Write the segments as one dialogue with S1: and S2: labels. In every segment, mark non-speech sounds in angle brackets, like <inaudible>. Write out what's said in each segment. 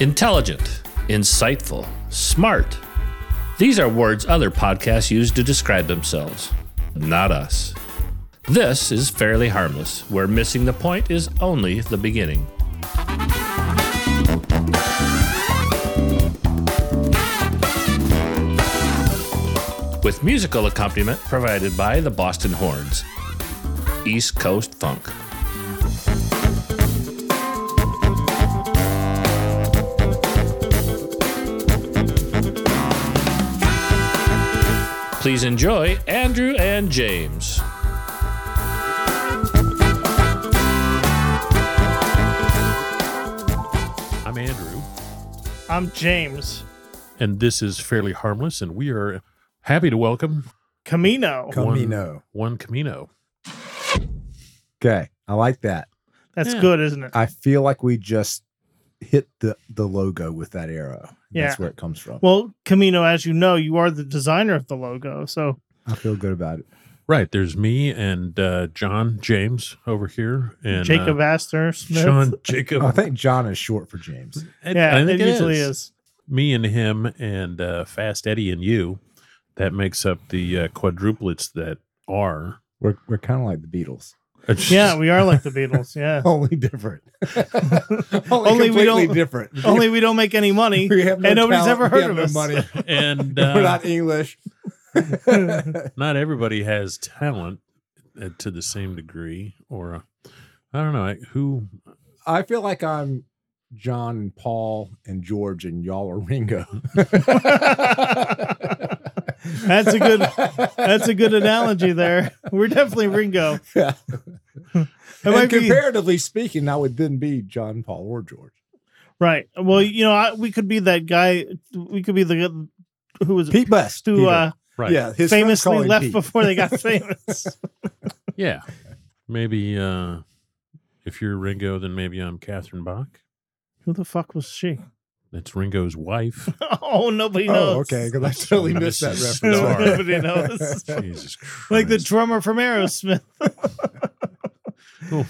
S1: Intelligent, insightful, smart. These are words other podcasts use to describe themselves, not us. This is fairly harmless, where missing the point is only the beginning. With musical accompaniment provided by the Boston Horns, East Coast Funk. Please enjoy Andrew and James.
S2: I'm Andrew,
S3: I'm James
S2: and this is Fairly Harmless, and we are happy to welcome
S3: Camino.
S4: Camino.
S2: One Camino.
S4: Okay. I like that.
S3: That's
S2: Yeah.
S3: good, isn't it?
S4: I feel like we just hit the, the logo with that arrow. That's
S3: Yeah.
S4: where it comes from.
S3: Well, Camino, as you know, you are the designer of the logo, so
S4: I feel good about it.
S2: Right, there's me and uh, John James over here, and
S3: Jacob
S2: uh,
S3: Astor Smith.
S2: Sean Jacob.
S4: Oh, I <laughs> think John is short for James.
S2: I-
S3: yeah,
S2: I think
S3: it, usually is.
S2: Me and him and uh, Fast Eddie and you. That makes up the uh, quadruplets that are.
S4: We're, we're kind of like the Beatles.
S3: <laughs> Yeah, we are like the Beatles. Yeah,
S4: <laughs> Only <laughs> different. Only,
S3: Only we
S4: completely
S3: don't-
S4: different.
S3: only we don't make any money.
S4: <laughs> we have no
S3: and nobody's
S4: talent,
S3: ever
S4: we
S3: heard of
S4: have no
S3: us. <laughs>
S4: money. <laughs>
S2: and uh,
S4: we're <laughs> not English.
S2: not everybody has talent uh, to the same degree, or uh, I don't know I, who.
S4: I feel like I'm John and Paul and George and y'all are Ringo.
S3: <laughs> That's a good- That's
S4: <laughs>
S3: a good analogy there. <laughs> We're definitely Ringo.
S4: Yeah.
S3: It might
S4: and
S3: be-
S4: comparatively speaking, I would then be John Paul or George.
S3: Right. Well, you know, I, we could be that guy. We could be the who was
S4: Pete Best.
S3: who
S4: Peter.
S3: uh,
S2: Right.
S4: Yeah, his friends call
S3: famously
S4: him
S3: left
S4: Pete.
S3: before they got famous.
S2: Yeah. Maybe uh if you're Ringo, then maybe I'm Catherine Bach.
S3: who the fuck was she? <laughs>
S2: That's Ringo's wife.
S3: Oh, nobody knows.
S4: <laughs> Oh, okay. Because I <laughs> totally missed that
S2: This is
S4: reference.
S2: dark.
S4: <laughs>
S3: Nobody knows.
S2: Jesus Christ.
S3: Like the drummer from Aerosmith.
S2: <laughs> oh,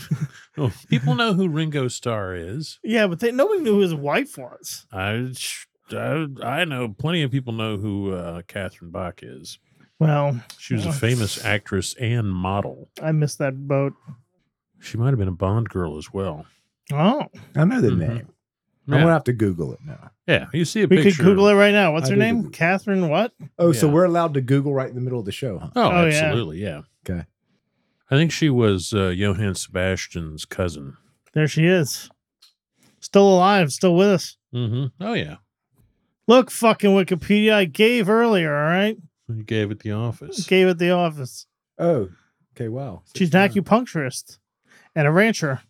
S2: oh, people know who Ringo Starr is.
S3: Yeah, but they, nobody knew who his wife was.
S2: I, sh- I I know plenty of people know who uh Catherine Bach is.
S3: Well,
S2: She was a famous actress and model.
S3: I missed that boat.
S2: She might have been a Bond girl as well.
S3: Oh,
S4: I know the
S2: Mhm.
S4: name. I'm
S2: Yeah,
S4: gonna have to Google it now.
S2: yeah. you see a
S3: we
S2: picture.
S3: could Google it right now. What's
S4: I
S3: her
S4: do
S3: name?
S4: Google.
S3: Catherine what?
S4: Oh, so
S2: Yeah.
S4: we're allowed to Google right in the middle of the show, huh?
S2: Oh,
S3: Oh, yeah.
S2: absolutely, yeah.
S4: Okay.
S2: I think she was uh, Johann Sebastian's cousin.
S3: There she is. Still alive, still with us.
S2: Mm-hmm. Oh yeah.
S3: Look, fucking Wikipedia. I gave earlier, all right?
S2: You gave it the office.
S3: Gave at the office.
S4: Oh, okay. Wow.
S3: She's an acupuncturist and a rancher.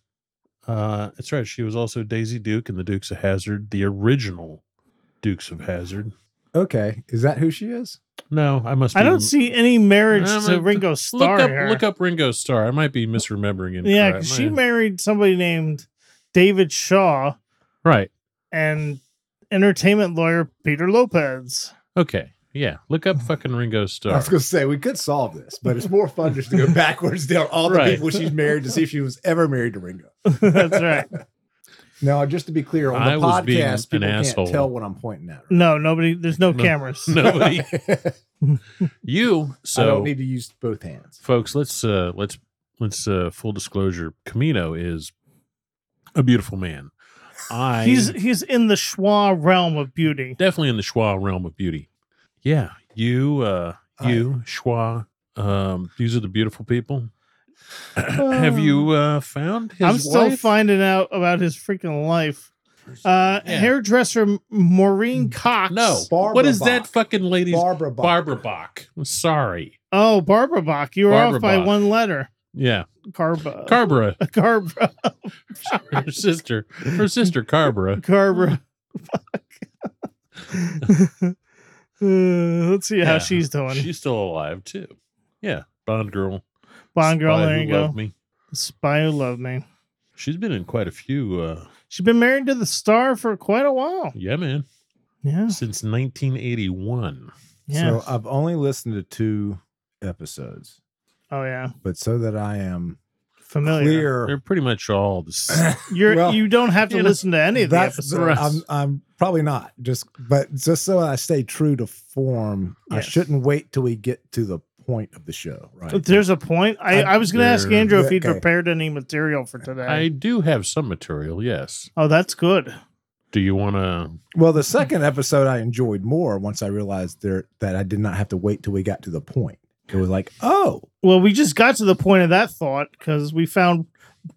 S2: Uh, that's right. She was also Daisy Duke in the Dukes of Hazard, the original Dukes of Hazard.
S4: Okay. Is that who she is?
S2: No, I must.
S3: I
S2: be-
S3: don't see any marriage
S2: Um,
S3: to Ringo
S2: Look
S3: Starr
S2: up,
S3: here.
S2: look up Ringo Starr. I might be misremembering it.
S3: yeah, 'cause she married somebody named David Shaw
S2: right.
S3: and entertainment lawyer Peter Lopez. <laughs>
S2: Okay. Yeah. Look up fucking Ringo
S4: I
S2: Starr.
S4: was gonna say we could solve this, but it's more fun just to <laughs> go backwards down all the
S2: Right.
S4: people she's married to see if she was ever married to Ringo.
S3: That's right.
S4: Now, just to be clear, on the
S2: I was being
S4: podcast,
S2: an
S4: people can't
S2: asshole.
S4: tell what I'm pointing at. right?
S3: No, nobody. There's no,
S2: No.
S3: cameras.
S2: <laughs> Nobody.
S4: <laughs>
S2: you.
S4: I
S2: So,
S4: don't need to use both hands.
S2: folks, let's uh, let's let's uh, full disclosure. Camino is a beautiful man. I
S3: He's he's in the schwa realm of beauty.
S2: definitely in the schwa realm of beauty. Yeah, you, uh, you schwa. Um, these are the beautiful people. <clears throat> Have you uh, found his
S3: I'm still
S2: wife?
S3: finding out about his freaking life. Uh,
S2: Yeah.
S3: Hairdresser Maureen Cox.
S2: Mm, No.
S4: Barbara
S2: what is that
S4: Bach.
S2: fucking lady's
S4: Barbara Bach.
S2: Barbara Bach? I'm sorry.
S3: Oh, Barbara Bach. You were
S2: Barbara
S3: off by
S2: Bach.
S3: one letter.
S2: Yeah,
S3: Carba. <laughs>
S2: Carbra,
S3: Carbra.
S2: her sister, her sister Carbra.
S3: Carbra. Fuck. <laughs> Uh, let's see how
S2: Mm. Yeah.
S3: she's doing.
S2: She's still alive too. Yeah, Bond girl.
S3: Bond girl.
S2: Spy
S3: There
S2: Who
S3: you
S2: Loved
S3: go.
S2: Me.
S3: Spy who loved me.
S2: She's been in quite a few. Uh,
S3: She's been married to the star for quite a while.
S2: yeah, man,
S3: Yeah.
S2: since 1981.
S3: Yeah.
S4: So I've only listened to two episodes,
S3: oh yeah.
S4: but so that I am
S3: familiar.
S2: They're
S4: clear.
S2: pretty much all the
S3: <coughs>
S2: s-
S3: You're
S4: Well,
S3: you don't have to
S2: you know,
S3: listen to any of the
S4: That's
S3: episodes.
S4: I'm I'm probably not just, but just so I stay true to form, I
S3: Yes.
S4: shouldn't wait till we get to the point of the show, right?
S3: There's a point. I, I,
S4: I-
S3: was going to ask
S2: There-
S3: Andrew if he'd
S4: okay.
S3: prepared any material for today.
S2: I do have some material, yes.
S3: oh, that's good.
S2: Do you want to?
S4: Well, the second episode I enjoyed more once I realized there that I did not have to wait till we got to the point. It was like, oh,
S3: Well, we just got to the point of that thought because we found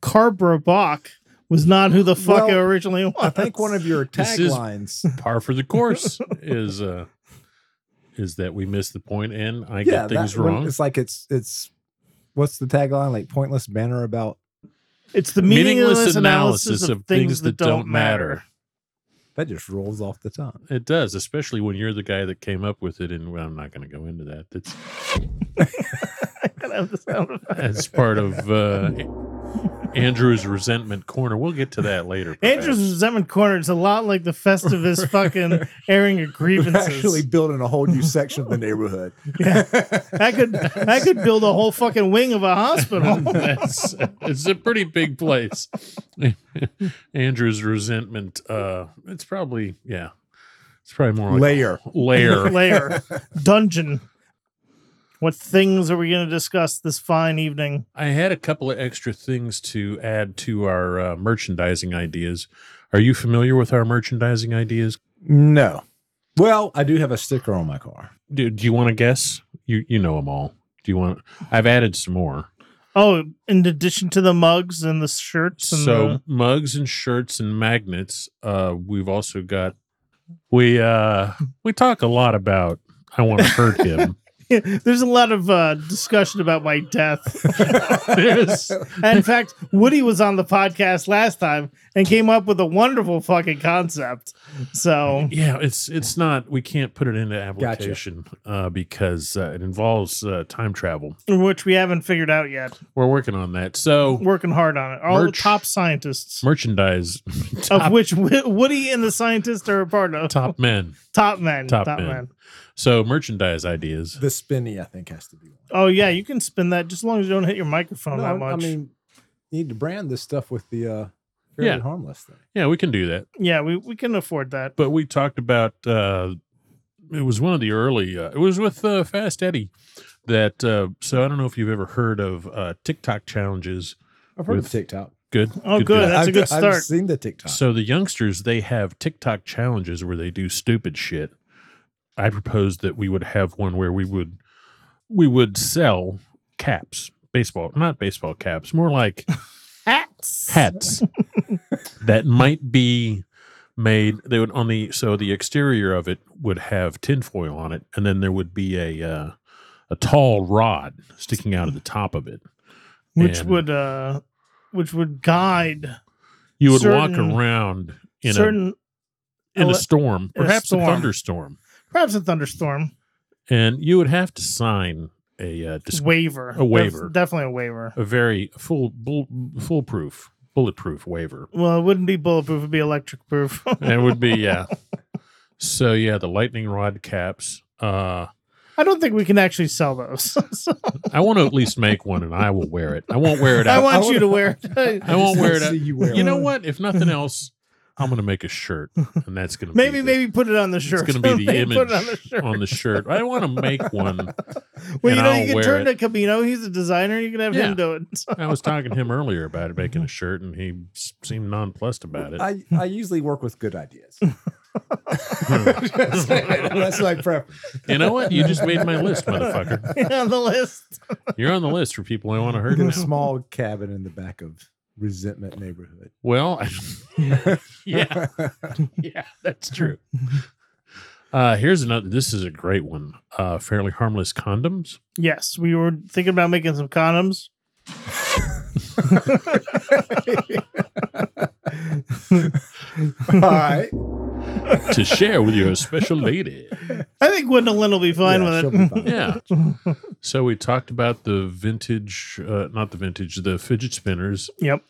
S3: Carbra Bach was not who the fuck it
S4: Well,
S3: originally was.
S4: I think one of your
S2: This is-
S4: taglines.
S2: Par for the course is uh is that we miss the point and I
S4: yeah,
S2: get things
S4: that one-
S2: wrong.
S4: It's like it's it's what's the tagline? Like pointless banner about
S3: it's the meaningless, analysis, of, things, that, don't matter.
S4: that just rolls off
S2: <laughs>
S4: the tongue.
S2: It does, especially when you're the guy that came up with it. And well, I'm not going to go into that. That's
S3: <laughs> Gotta have the sound effect.
S2: that's part of uh, Andrew's resentment corner. We'll get to that later.
S3: Andrew's resentment corner is a lot like the
S4: <laughs>
S3: Festivus fucking airing of
S4: We're
S3: grievances.
S4: actually building a whole new
S2: <laughs>
S4: section of the neighborhood.
S2: Oh
S3: I could I could build a whole fucking wing of a
S4: <laughs>
S3: hospital.
S2: <laughs> That's, it's a pretty big place. <laughs> Andrew's resentment. Uh, it's probably yeah. It's probably more like
S4: layer.
S3: <laughs>
S2: layer. <laughs>
S3: lair, dungeon. What things are we going to discuss this fine evening?
S2: I had a couple of extra things to add to our uh, merchandising ideas. Are you familiar with our merchandising ideas?
S4: No. Well, I do have a sticker on my
S2: <laughs>
S4: car.
S2: Do, do you want to guess? You you know them all. Do you want? I've added some more.
S3: Oh, in addition to the mugs and the shirts and
S2: so
S3: the, <laughs>
S2: mugs and shirts and magnets uh we've also got we uh we talk a lot about i want to hurt him
S3: there's a lot of uh, discussion about my
S2: <laughs>
S3: death.
S2: There's-
S3: And in fact, Woody was on the podcast last time and came up with a wonderful fucking concept. So
S2: yeah it's it's not we can't put it into application uh because uh, it involves uh, time travel
S3: which we haven't figured out yet.
S2: we're working on that so
S3: Working hard on it. All
S2: Merch.
S3: the top scientists,
S2: merchandise <laughs>
S3: of which Wo- Woody and the scientists are a part of.
S2: top men
S3: Top men.
S2: Top
S3: Top,
S2: men.
S3: men.
S2: so merchandise ideas
S4: The spinny, I think, has to be one.
S3: Oh yeah, you can spin that just as long as you don't hit your microphone that
S4: I
S3: much.
S4: mean, you need to brand this stuff with the uh, fairly
S2: Yeah.
S4: harmless thing.
S2: yeah we can do that
S3: yeah, we, we can afford that.
S2: but we talked about uh it was one of the early uh, it was with uh, fast eddie that uh so i don't know if you've ever heard of uh tiktok challenges
S4: I've heard
S2: With-
S4: of TikTok.
S2: good
S3: Oh,
S2: deal.
S3: good. That's a
S4: I've-
S3: good
S4: I've
S3: start.
S4: seen the TikTok.
S2: so the youngsters they have tiktok challenges where they do stupid shit i proposed that we would have one where we would we would sell caps baseball not baseball caps more like
S3: Hats.
S2: hats that might be made they would on the so the exterior of it would have tinfoil on it and then there would be a uh, a tall rod sticking out of the top of it
S3: Which
S2: And
S3: would uh which would guide
S2: you would
S3: certain-
S2: walk around in
S3: certain
S2: a in a
S3: ele-
S2: storm
S3: in a
S2: perhaps a
S3: storm.
S2: thunderstorm
S3: perhaps a thunderstorm
S2: and you would have to sign a uh, dis-
S3: waiver. Def-
S2: waiver.
S3: definitely a waiver.
S2: a very full bull, foolproof bulletproof waiver
S3: Well, it wouldn't be bulletproof, it'd be electric proof.
S2: it would be yeah so yeah the lightning rod caps uh
S3: <laughs> I don't think we can actually sell those. <laughs> So
S2: I want to at least make one, and I will wear it. I won't wear
S3: <laughs>
S2: it
S3: I
S2: out.
S3: want
S4: I
S3: you to wear it.
S2: <laughs> I
S4: <laughs>
S2: won't wear it
S4: See
S2: out.
S4: you wear
S2: You <laughs>
S4: it.
S2: know what? If nothing else, I'm going to make a shirt, and that's going
S3: <laughs>
S2: to
S3: maybe
S2: be the-
S3: maybe put it on the
S2: it's
S3: shirt.
S2: going to be
S3: <laughs>
S2: the
S3: Maybe
S2: image
S3: Put it on the shirt.
S2: on the shirt. I want
S3: <laughs>
S2: to make one.
S3: well,
S2: and
S3: you know,
S2: I'll
S3: you can
S2: wear
S3: turn
S2: it.
S3: to Camino. He's a designer. You can have
S2: Yeah.
S3: him do it. <laughs>
S2: I was talking to him earlier about it, making a shirt, and he s- seemed nonplussed about it.
S4: I, I usually work with
S2: <laughs>
S4: good ideas. <laughs> That's my preference.
S2: You know what? You just made my list, motherfucker.
S3: on the list.
S2: You're on the list for people I want to hurt
S4: In a
S2: now.
S4: small cabin in the back of resentment neighborhood.
S2: Well, <laughs> yeah,
S4: <laughs>
S2: yeah, that's true. Uh, here's another. This is a great one. Uh, fairly harmless condoms.
S3: Yes, we were thinking about making some condoms.
S4: All right.
S2: to share with your special lady.
S3: I think Gwendolyn will be fine
S4: Yeah, she'll
S3: with
S4: be
S3: it.
S4: fine.
S2: Yeah. <laughs> So we talked about the vintage, uh, not the vintage, the fidget spinners.
S3: <laughs> yep.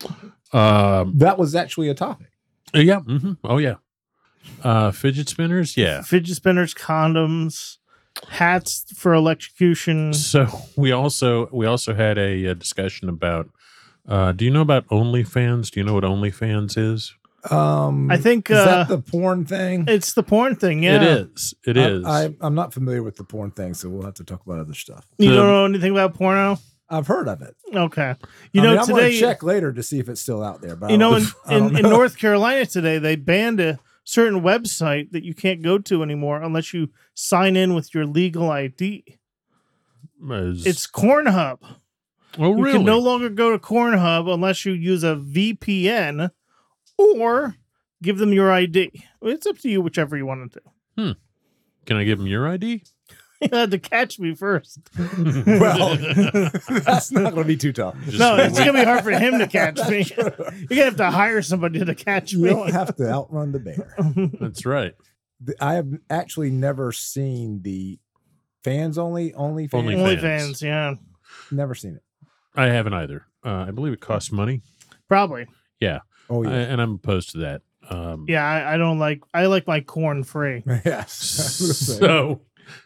S2: Um,
S4: That was actually a topic.
S2: yeah. hmm Oh, yeah. Uh, fidget spinners. Yeah.
S3: Fidget spinners, condoms, hats for electrocution.
S2: So we also we also had a, uh discussion about Uh, do you know about OnlyFans? Do you know what OnlyFans is?
S4: Um,
S3: I think,
S4: is
S3: uh,
S4: that the porn thing.
S3: It's the porn thing, yeah.
S2: It is. It is.
S4: I, I, I'm not familiar with the porn thing, so we'll have to talk about other stuff.
S3: You
S2: Um,
S3: don't know anything about porno?
S4: I've heard of it.
S3: Okay. You
S4: I
S3: know
S4: mean, I'm gonna
S3: today
S4: check later to see if it's still out there. But
S3: you
S4: I
S3: know in,
S4: don't- <laughs> I don't
S3: in, in
S4: know.
S3: North Carolina today they banned a certain website that you can't go to anymore unless you sign in with your legal ID.
S2: Is-
S3: It's Cornhub.
S2: oh,
S3: You
S2: really?
S3: can no longer go to Cornhub unless you use a VPN or give them your ID. It's up to you, whichever you want to do. <laughs>
S2: Can I give them your ID?
S3: You had to catch me first. <laughs>
S4: Well, <laughs> that's not going to be too tough.
S2: Just
S3: no,
S2: wait.
S3: it's gonna be hard for him
S2: <laughs>
S3: to catch me. You're
S4: you
S3: gonna have to hire somebody to catch me.
S4: don't have to outrun the bear.
S2: That's right.
S4: The- I have actually never seen the fans only only fans.
S2: Only-
S3: <laughs> Only
S2: fans.
S3: fans, yeah,
S4: <laughs> Never seen it.
S2: I haven't either. Uh, I believe it costs money,
S3: probably.
S4: Oh
S2: I-
S4: yeah,
S2: and I'm opposed to that. Um,
S3: Yeah, I, I don't like. I like my corn free.
S4: <laughs> yes. <laughs> I was gonna say.
S2: so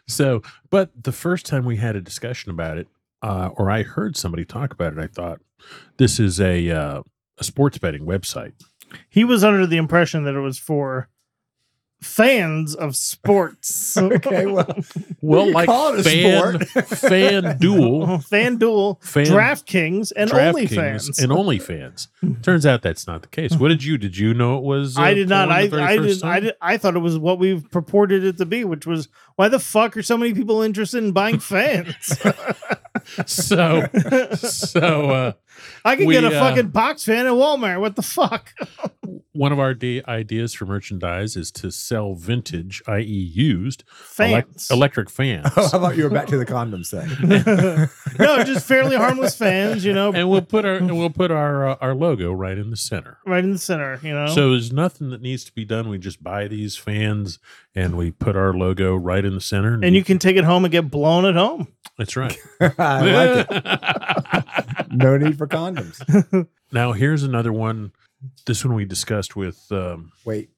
S2: so but the first time we had a discussion about it uh, or i heard somebody talk about it i thought this is a uh, a sports betting website
S3: He was under the impression that it was for fans of
S2: <laughs>
S3: sports.
S4: okay, well,
S2: well
S4: can
S2: like
S4: call it a
S2: fan fan duel
S3: <laughs> FanDuel,
S2: fan
S3: DraftKings, and
S2: DraftKings
S3: OnlyFans.
S2: and <laughs> OnlyFans. Turns out that's not the case. What did you? Did you know it was? uh,
S3: I did not.
S2: porn
S3: I,
S2: the very
S3: I
S2: first
S3: did. I
S2: time?
S3: did. I thought it was what we've purported it to be, which was why the fuck are so many people interested in
S2: <laughs>
S3: buying fans?
S2: So, so uh,
S3: I can
S2: We,
S3: get a
S2: uh,
S3: fucking box fan at Walmart. What the fuck?
S2: one of our de- ideas for merchandise is to sell vintage, i.e., used elec-
S3: Fans.
S2: electric fans.
S4: Oh, I thought you were back to the condom thing.
S3: <laughs>
S2: <laughs>
S3: no, just fairly harmless fans. You know,
S2: and we'll put our and we'll put our uh, our logo right in the center.
S3: right in the center. You know,
S2: So there's nothing that needs to be done. We just buy these fans and we put our logo right in the center.
S3: and you can take it home and get blown at home. <laughs>
S2: that's right.
S4: <laughs> I like it. No need for condoms.
S2: <laughs> now here's another one. This one we discussed with
S3: <laughs>
S2: um,
S4: Wait,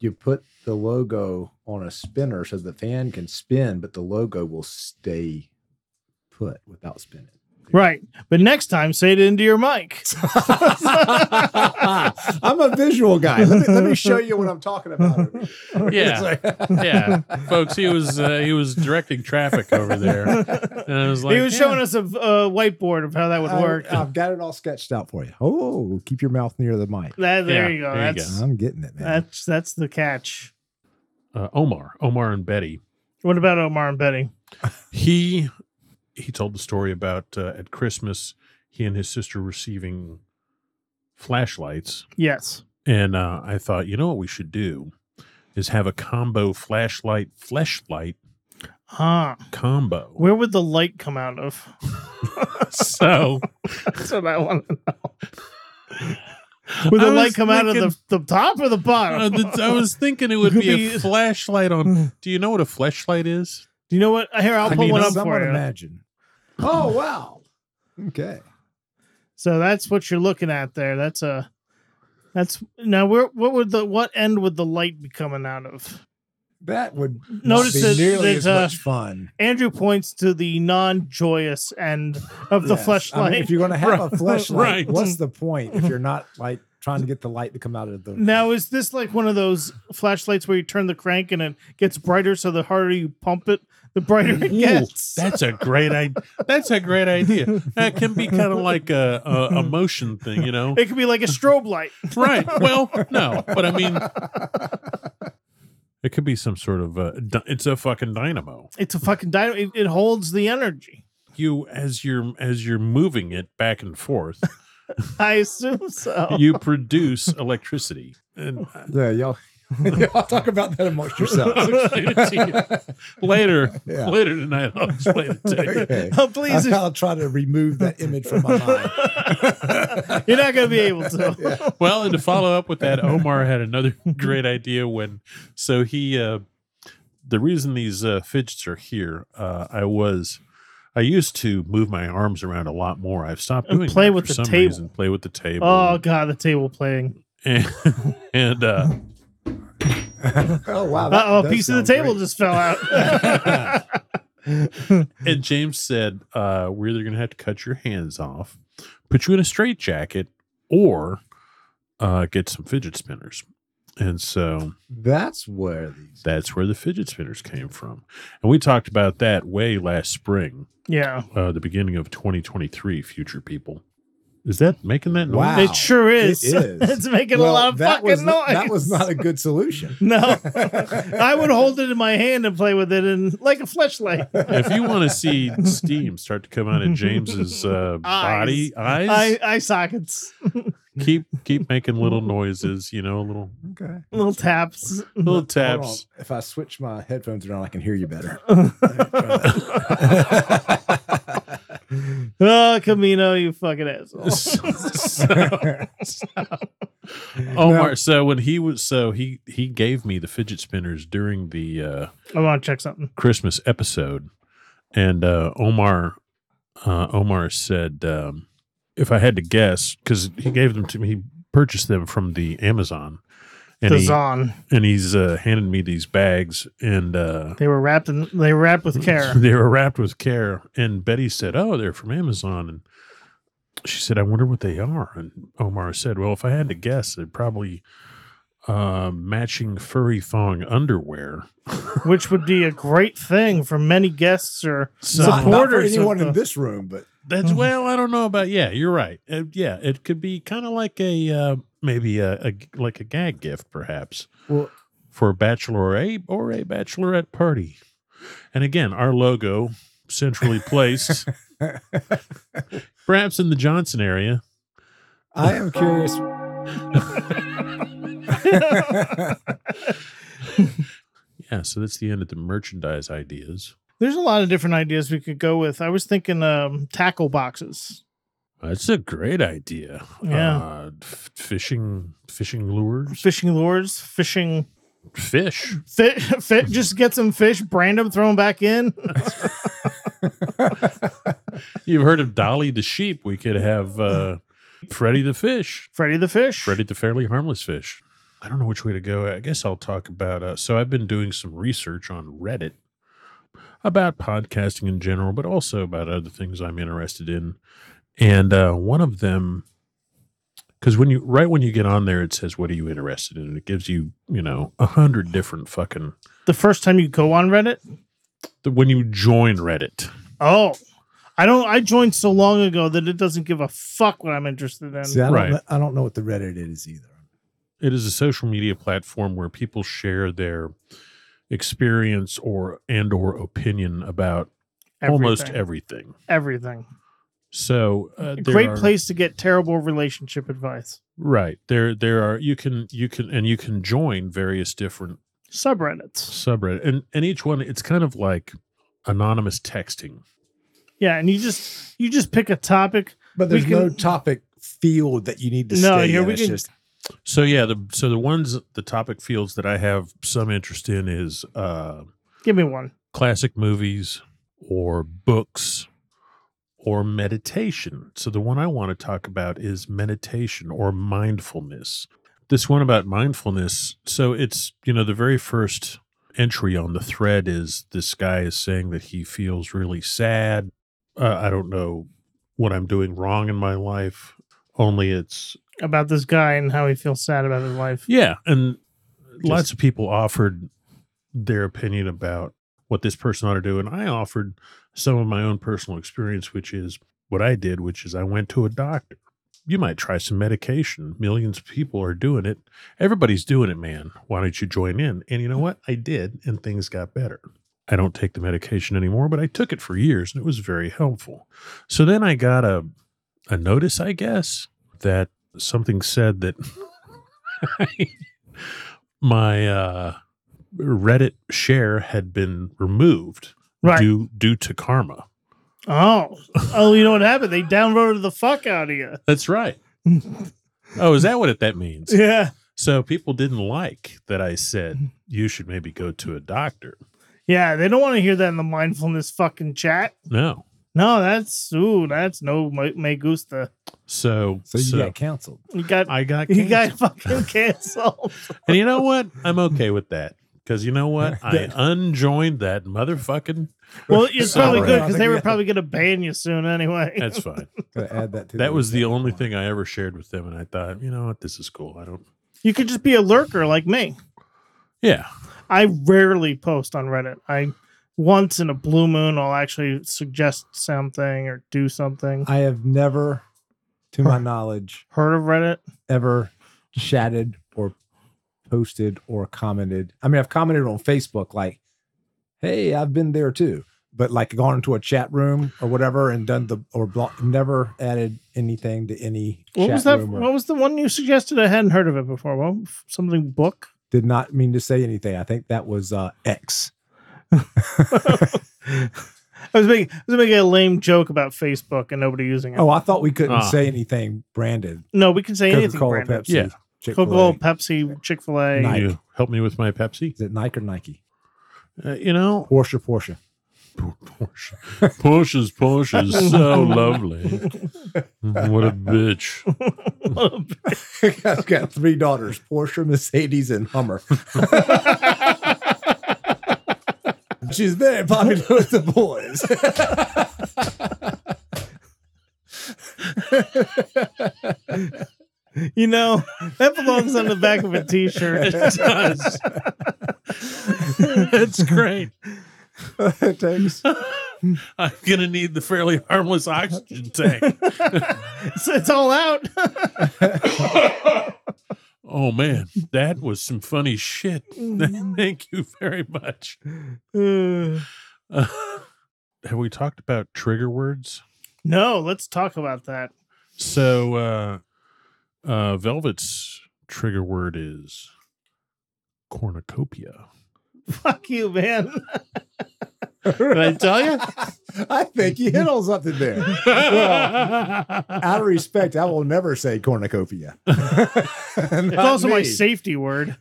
S4: you put the logo on a spinner so the fan can spin, but the logo will stay put without spinning. <laughs>
S2: <laughs>
S3: Right. But next time, say it into your mic.
S4: I'm a visual guy. Let me, let me show you what I'm talking about.
S2: <laughs>
S3: Oh,
S2: Yeah. yeah, folks. He was uh, he was directing traffic over there, and I was like,
S3: he was showing us a, a whiteboard of how that would work.
S4: I, have got it all sketched out for you. Oh, keep your mouth near the mic.
S3: That- there
S2: Yeah,
S3: you go.
S2: there you
S3: that's
S4: I'm getting it, man.
S3: that's that's the catch.
S2: uh, Omar, Omar and Betty.
S3: What about Omar and Betty?
S2: He he told the story about uh, at Christmas he and his sister receiving flashlights
S3: Yes.
S2: And uh, I thought, you know what we should do is have a combo flashlight fleshlight
S3: Huh. <laughs>
S2: combo.
S3: Where would the light come out of?
S2: so
S3: <laughs> That's what I want to know. Would the
S2: I was
S3: light come out of the, the top or the bottom?
S2: uh,
S3: <laughs>
S2: th- I was thinking it would
S3: Could
S2: be
S3: be-
S2: a flashlight on. Do you know what a fleshlight is?
S3: Do you know what? Here, I'll
S2: I
S3: pull
S2: mean,
S3: one up
S4: Someone
S3: for you.
S4: imagine. Oh, wow. Okay.
S3: So that's what you're looking at there. That's a that's now where what would the what end would the light be coming out of?
S4: That would not
S3: Notice
S4: be
S3: that-
S4: nearly
S3: that,
S4: as
S3: uh,
S4: much fun.
S3: Andrew points to the non-joyous end of the
S4: Yes.
S3: flashlight.
S4: I mean, if you're going
S3: <laughs>
S4: to have a flashlight,
S2: Right.
S4: what's the point if you're not like trying to get the light to come out of the?
S3: Now, is this like one of those flashlights where you turn the crank and it gets brighter? So the harder you pump it, the brighter it
S2: Ooh,
S3: gets.
S2: that's a great idea. That's a great idea. That can be kind of like a, a, a motion thing, you know?
S3: It could be like a strobe light.
S2: Right. Well, no, but I mean, it could be some sort of. Uh, dy- it's a fucking dynamo.
S3: It's a fucking dynamo. It, it holds the energy. <laughs>
S2: You as you're as you're moving it back and forth.
S3: I assume so.
S2: you produce electricity. And
S4: Yeah, y'all. <laughs> y'all talk about that amongst yourselves.
S3: <laughs>
S2: I'll explain it to you. <laughs> later,
S4: Yeah.
S2: later tonight, I'll explain it to you.
S4: <laughs> Okay.
S3: Oh, please,
S4: I'll, I'll try to remove that image from my mind.
S3: you're not going to be able
S4: <laughs>
S3: to.
S2: Well, and to follow up with that, Omar had another great idea when, so he, uh, the reason these uh, fidgets are here, uh, I was, I used to move my arms around a lot more. I've stopped
S3: And
S2: doing
S3: play
S2: that
S3: with
S2: for
S3: the
S2: some
S3: table.
S2: reason. Play with the table.
S3: Oh God, the table playing.
S2: <laughs> and and uh,
S4: <laughs> Oh wow!
S3: Uh
S4: that
S3: oh, a
S4: does
S3: piece of the
S4: sound
S3: table
S4: great.
S3: just fell
S4: <laughs>
S3: out.
S2: And James said, uh, "We're either going to have to cut your hands off, put you in a straitjacket, or uh, get some fidget spinners. And so
S4: That's where these.
S2: that's where the fidget spinners came from. And we talked about that way last spring,
S3: Yeah.
S2: uh, the beginning of 2023, future people. Is that making that noise?
S4: Wow.
S3: It sure
S4: It
S3: is. <laughs>
S4: is.
S3: it's making a
S4: Well,
S3: lot of
S4: that
S3: fucking
S4: was not,
S3: noise.
S4: That was not <laughs> a good solution.
S3: <laughs> No. I would hold it in my hand and play with it in like a
S4: <laughs>
S3: fleshlight.
S2: If you want to see steam start to come out of James's uh, body eyes,
S3: Eye, eye sockets, <laughs>
S2: keep keep making little noises, you know, little
S4: Okay.
S3: little taps.
S2: little
S4: Hold on.
S2: taps.
S4: If I switch my headphones around, I can hear
S3: <laughs>
S4: you better. <laughs>
S3: Oh, Camino, you fucking asshole.
S2: <laughs> So- Omar, so when he was so he he gave me the fidget spinners during the uh
S3: I want to check something.
S2: Christmas episode, and uh, Omar uh, Omar said, um, if I had to guess, because he gave them to me, he purchased them from the Amazon, and
S3: the
S2: he,
S3: Zon.
S2: and he's uh, handed me these bags, and uh,
S3: They were wrapped in, they were wrapped with care.
S2: <laughs> they were wrapped with care. And Betty said, "Oh, they're from Amazon," and she said, "I wonder what they are." And Omar said, "Well, if I had to guess, they're probably." Uh, matching furry thong underwear.
S3: which would be a great thing for many guests or
S2: So-
S4: not, not for
S3: supporters. of
S4: anyone
S3: the-
S4: in this room, but
S2: That's
S3: Mhm.
S2: well, I don't know about. Yeah, you're right. Uh, yeah, it could be kind of like a uh, maybe a, a g- like a gag gift, perhaps
S4: well,
S2: for a bachelorette or a bachelorette party. And again, our logo centrally placed, perhaps in the Johnson area.
S4: I am
S3: Oh,
S4: curious.
S2: Yeah, so that's the end of the merchandise ideas.
S3: There's a lot of different ideas we could go with. I was thinking um, tackle boxes.
S2: That's a great idea.
S3: Yeah.
S2: uh, f- fishing fishing lures,
S3: Fishing lures, fishing,
S2: fish.
S3: <laughs> fit, fit, just get some fish, brand them, throw them back in. <laughs>
S2: You've heard of Dolly the sheep? We could have uh, Freddy the fish.
S3: Freddy the fish.
S2: Ready to fairly harmless fish. I don't know which way to go. I guess I'll talk about. Uh, so I've been doing some research on Reddit about podcasting in general, but also about other things I'm interested in. And uh, one of them, because when you right when you get on there, it says what are you interested in, and it gives you you know a hundred different fucking.
S3: The first time you go on Reddit.
S2: The, when you join Reddit,
S3: Oh, I don't. I joined so long ago that it doesn't give a fuck what I'm interested in.
S4: See, I, don't
S2: Right.
S4: know, I don't know what the Reddit is either.
S2: It is a social media platform where people share their experience or and or opinion about almost
S3: Everything.
S2: everything.
S3: everything.
S2: So uh, there
S3: Great
S2: are-
S3: place to get terrible relationship advice.
S2: right there? There are you can you can and you can join various different
S3: Subreddits.
S2: subreddit and and each one it's kind of like anonymous texting.
S3: Yeah, and you just you just pick a topic.
S4: But
S3: We
S4: there's no
S3: can-
S4: topic field that you need to
S3: No,
S4: stay
S3: yeah,
S4: in.
S3: we
S4: It's
S3: can-
S4: just
S2: So yeah, the so the ones the topic fields that I have some interest in is uh,
S3: Give me one.
S2: classic movies or books or meditation. So the one I want to talk about is meditation or mindfulness. This one about mindfulness. So it's, you know, the very first entry on the thread is this guy is saying that he feels really sad. Uh, I don't know what I'm doing wrong in my life. Only it's
S3: about this guy and how he feels sad about his life.
S2: yeah, and lots of people offered their opinion about what this person ought to do, and I offered some of my own personal experience, which is what I did, which is I went to a doctor. You might try some medication. Millions of people are doing it. Everybody's doing it, man. Why don't you join in? And you know what? I did, and things got better. I don't take the medication anymore, but I took it for years and it was very helpful. So then I got a a notice, I guess, that something said that <laughs> my uh, Reddit share had been removed
S3: Right.
S2: due due to karma.
S3: Oh, oh, you know what happened? They downvoted the fuck out of you.
S2: That's
S3: <laughs>
S2: right. oh, is that what it, that means?
S3: Yeah,
S2: So people didn't like that I said you should maybe go to a doctor.
S3: yeah. They don't want to hear that in the mindfulness fucking chat.
S2: No.
S3: No, that's ooh, that's no me me gusta.
S2: So
S4: so you got counseled.
S3: You got
S2: I got
S3: you got <laughs>
S2: canceled.
S3: fucking canceled.
S2: and you know what? I'm okay with that. because you know what? <laughs> I unjoined that motherfucking.
S3: Well, it's
S2: Sorry.
S3: probably good because they
S4: Yeah.
S3: were probably going to ban you soon anyway.
S2: That's fine.
S4: Gotta add that to
S2: That was the only
S4: thing.
S2: thing I ever shared with them, and I thought, you know what, this is cool. I don't.
S3: you could just be a lurker like me.
S2: Yeah,
S3: I rarely post on Reddit. I once in a blue moon I'll actually suggest something or do something.
S4: I have never, to my knowledge,
S3: Heard of Reddit?
S4: ever chatted or posted or commented. I mean, I've commented on Facebook, like, hey, I've been there too, but like gone into a chat room or whatever and done the, or block, never added anything to any
S3: What
S4: chat
S3: was that?
S4: room or
S3: What was the one you suggested? I hadn't heard of it before. Well, f- something book.
S4: did not mean to say anything. I think that was uh, X.
S3: I was making I was making a lame joke about Facebook and nobody using it.
S4: Oh, I thought we couldn't
S2: Ah.
S4: say anything branded.
S3: no, we can say anything.
S4: Coca-Cola,
S3: Brandon.
S4: Pepsi,
S2: Yeah.
S4: Chick-fil-A.
S3: Coca-Cola, Pepsi, Chick Fil A.
S4: Nice.
S2: Can
S4: Nike.
S2: you help me with my Pepsi.
S4: Is it Nike or Nike?
S2: Uh, you know,
S4: Porsche, Porsche.
S2: Porsche, Porsche's Porsche is <laughs> so lovely. What a bitch.
S4: I've got three daughters: Porsche, Mercedes, and Hummer. <laughs> She's very popular with the <laughs> boys.
S3: You know that belongs on the back of a T-shirt. <laughs>
S4: <laughs>
S2: It does. That's great.
S4: it takes
S2: <laughs> I'm gonna need the fairly harmless oxygen tank.
S3: It's, it's all out. <laughs>
S2: Oh man, that was some funny shit. <laughs> Thank you very much.
S3: Uh,
S2: <laughs> Uh, have we talked about trigger words?
S3: no, let's talk about that. <laughs>
S2: So, uh, uh, Velvet's trigger word is cornucopia.
S3: Fuck you, man.
S1: Did I tell
S2: <laughs>
S1: you?
S4: I think you hit on something there. Out of respect, I will never say cornucopia. <laughs>
S3: It's also my safety word.
S2: <laughs>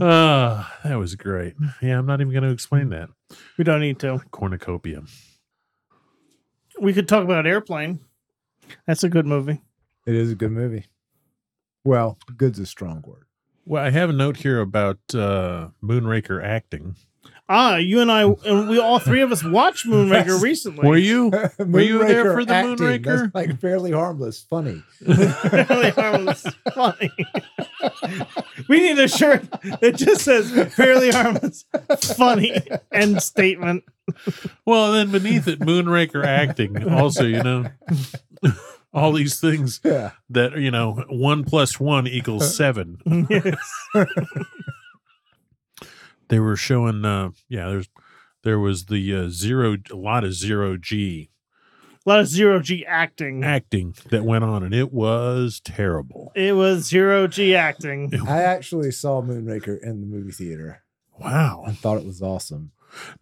S2: Ah, that was great. Yeah, I'm not even going to explain that.
S3: We don't need to.
S2: Cornucopia.
S3: We could talk about airplane. That's a good movie.
S4: It is a good movie. Well, good's a strong word.
S2: Well, I have a note here about uh, Moonraker acting.
S3: Ah, you and I, and we all three of us watched Moonraker recently. <laughs>
S2: Were you? Were you there
S4: Moonraker
S2: for the
S4: acting,
S2: Moonraker?
S4: That's like fairly harmless, funny.
S3: Fairly harmless. Funny. we need a shirt that just says fairly harmless, funny, end statement. <laughs>
S2: Well, then beneath it, Moonraker acting. Also, you know, <laughs> all these things
S4: Yeah.
S2: that you know, one plus one
S4: Uh,
S2: equals seven.
S3: Yes.
S2: They were showing, uh, yeah, there's there was the uh, zero, a lot of zero G
S3: A lot of zero G acting.
S2: acting that went on, and it was terrible.
S3: It was zero G acting.
S4: I actually saw Moonraker in the movie theater. I
S2: Wow.
S4: thought it was awesome.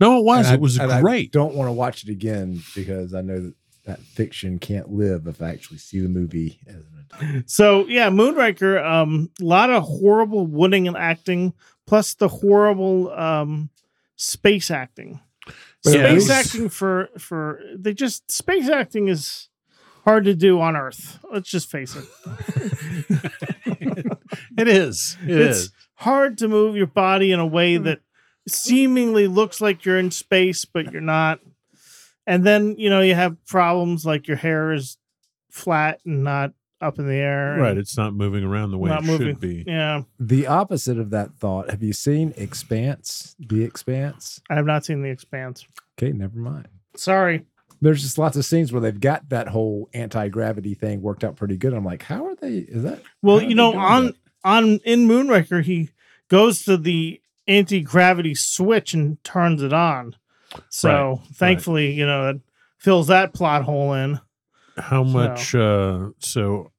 S2: No, it was.
S4: And I-
S2: it was
S4: and I
S2: great.
S4: don't want to watch it again because I know that that fiction can't live if I actually see the movie as an adult.
S3: So yeah, Moonraker. Um, a lot of horrible wooding and acting, plus the horrible um space acting.
S4: But
S2: Yeah, it
S3: Space
S2: was-
S3: acting for for they just space acting is hard to do on Earth. Let's just face it.
S2: It is. It
S3: it's
S2: is. Hmm.
S3: hard to move your body in a way that seemingly looks like you're in space, but you're not. And then you know you have problems like your hair is flat and not up in the air. and-
S2: Right. It's not moving around the way
S3: Not
S2: it
S3: moving.
S2: should
S4: <laughs>
S2: be.
S3: Yeah,
S4: The opposite of that thought. Have you seen Expanse? The Expanse?
S3: I have not seen The Expanse.
S4: Okay, never mind.
S3: Sorry.
S4: There's just lots of scenes where they've got that whole anti gravity thing worked out pretty good. I'm like, how are they? Is that
S3: Well,
S4: how are
S3: you
S4: they
S3: know,
S4: doing
S3: on
S4: that?
S3: on in Moonraker, he goes to the anti gravity switch and turns it on. So thankfully, you know, that fills that plot hole in.
S2: How much? Uh, so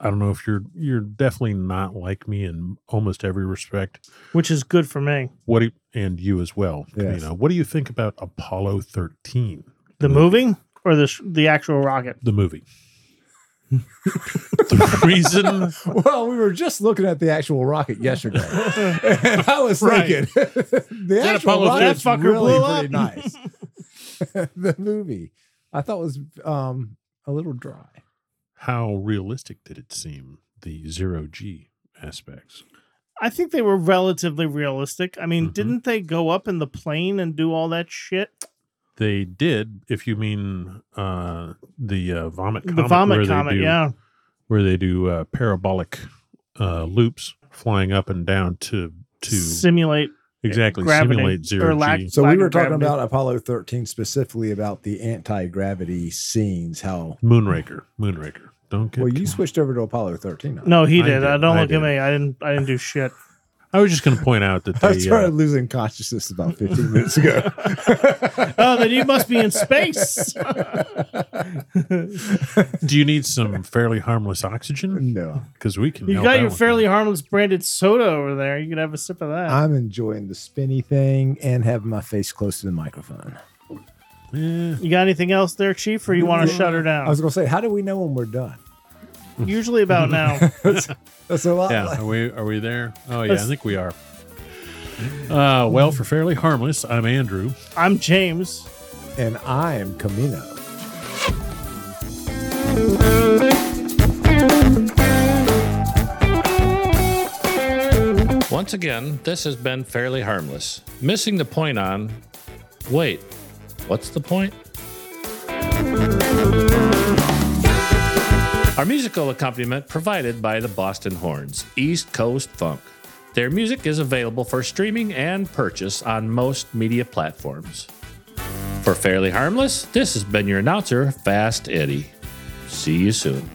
S2: I don't know if you're you're definitely not like me in almost every respect.
S3: Which is good for me.
S2: What do you, and you as well.
S4: Yes.
S2: You know, what do you think about Apollo 13,
S3: The movie or the sh- the actual rocket?
S2: the movie? the reason
S4: <laughs> Well, we were just looking at the actual rocket yesterday. and I was
S2: Right.
S4: thinking <laughs> the
S2: That
S4: actual
S2: Apollo
S4: rocket's
S3: fucker
S4: really
S3: blew
S4: pretty nice. <laughs> the movie I thought was um, a little dry.
S2: how realistic did it seem the zero G aspects.
S3: I think they were relatively realistic. I mean,
S2: Mhm.
S3: didn't they go up in the plane and do all that shit?
S2: They did, if you mean uh, the uh, vomit comet,
S3: the vomit
S2: where they
S3: comet,
S2: do-
S3: yeah.
S2: where they do uh, parabolic uh, loops flying up and down to to
S3: simulate.
S2: exactly
S3: gravity,
S2: simulate zero
S3: or lack-
S2: G.
S4: So we
S3: Lack
S4: were
S3: of
S4: talking
S3: gravity.
S4: about Apollo 13 specifically about the anti-gravity scenes. How
S2: Moonraker, Moonraker. Don't get.
S4: well you switched over to Apollo
S3: <laughs>
S4: 13. huh?
S3: No, he
S2: I
S3: did.
S2: did,
S3: Uh, don't
S2: I
S3: look
S2: did.
S3: at me. I didn't. I didn't do shit.
S2: I was just going to point out
S4: <laughs>
S2: that
S4: I
S2: they, uh,
S4: started losing consciousness about 15 minutes ago.
S3: <laughs>
S4: <laughs>
S3: Oh, then you must be in
S2: <laughs>
S3: space.
S2: do you need some fairly harmless oxygen?
S4: <laughs> no,
S2: Because we can.
S3: You
S2: help
S3: got
S2: out
S3: your
S2: with
S3: fairly
S2: that.
S3: harmless branded soda over there. You could have a sip of that.
S4: I'm enjoying the spinny thing and having my face close to the microphone.
S2: Eh,
S3: you got anything else there, Chief, or you want to shut her
S4: I
S3: down?
S4: was gonna say, how do we know when we're done?
S3: Usually about
S4: <laughs>
S3: now.
S4: That's a lot.
S2: yeah. Are we are we there? Oh yeah, I
S3: Let's-
S2: think we are. Uh, well, for fairly harmless, I'm Andrew.
S3: I'm James.
S4: And I'm Camino.
S1: Once again, this has been fairly harmless. Missing the point on. Wait, what's the point? Our musical accompaniment provided by the Boston Horns, East Coast Funk. Their music is available for streaming and purchase on most media platforms. For Fairly Harmless, this has been your announcer, Fast Eddie. See you soon.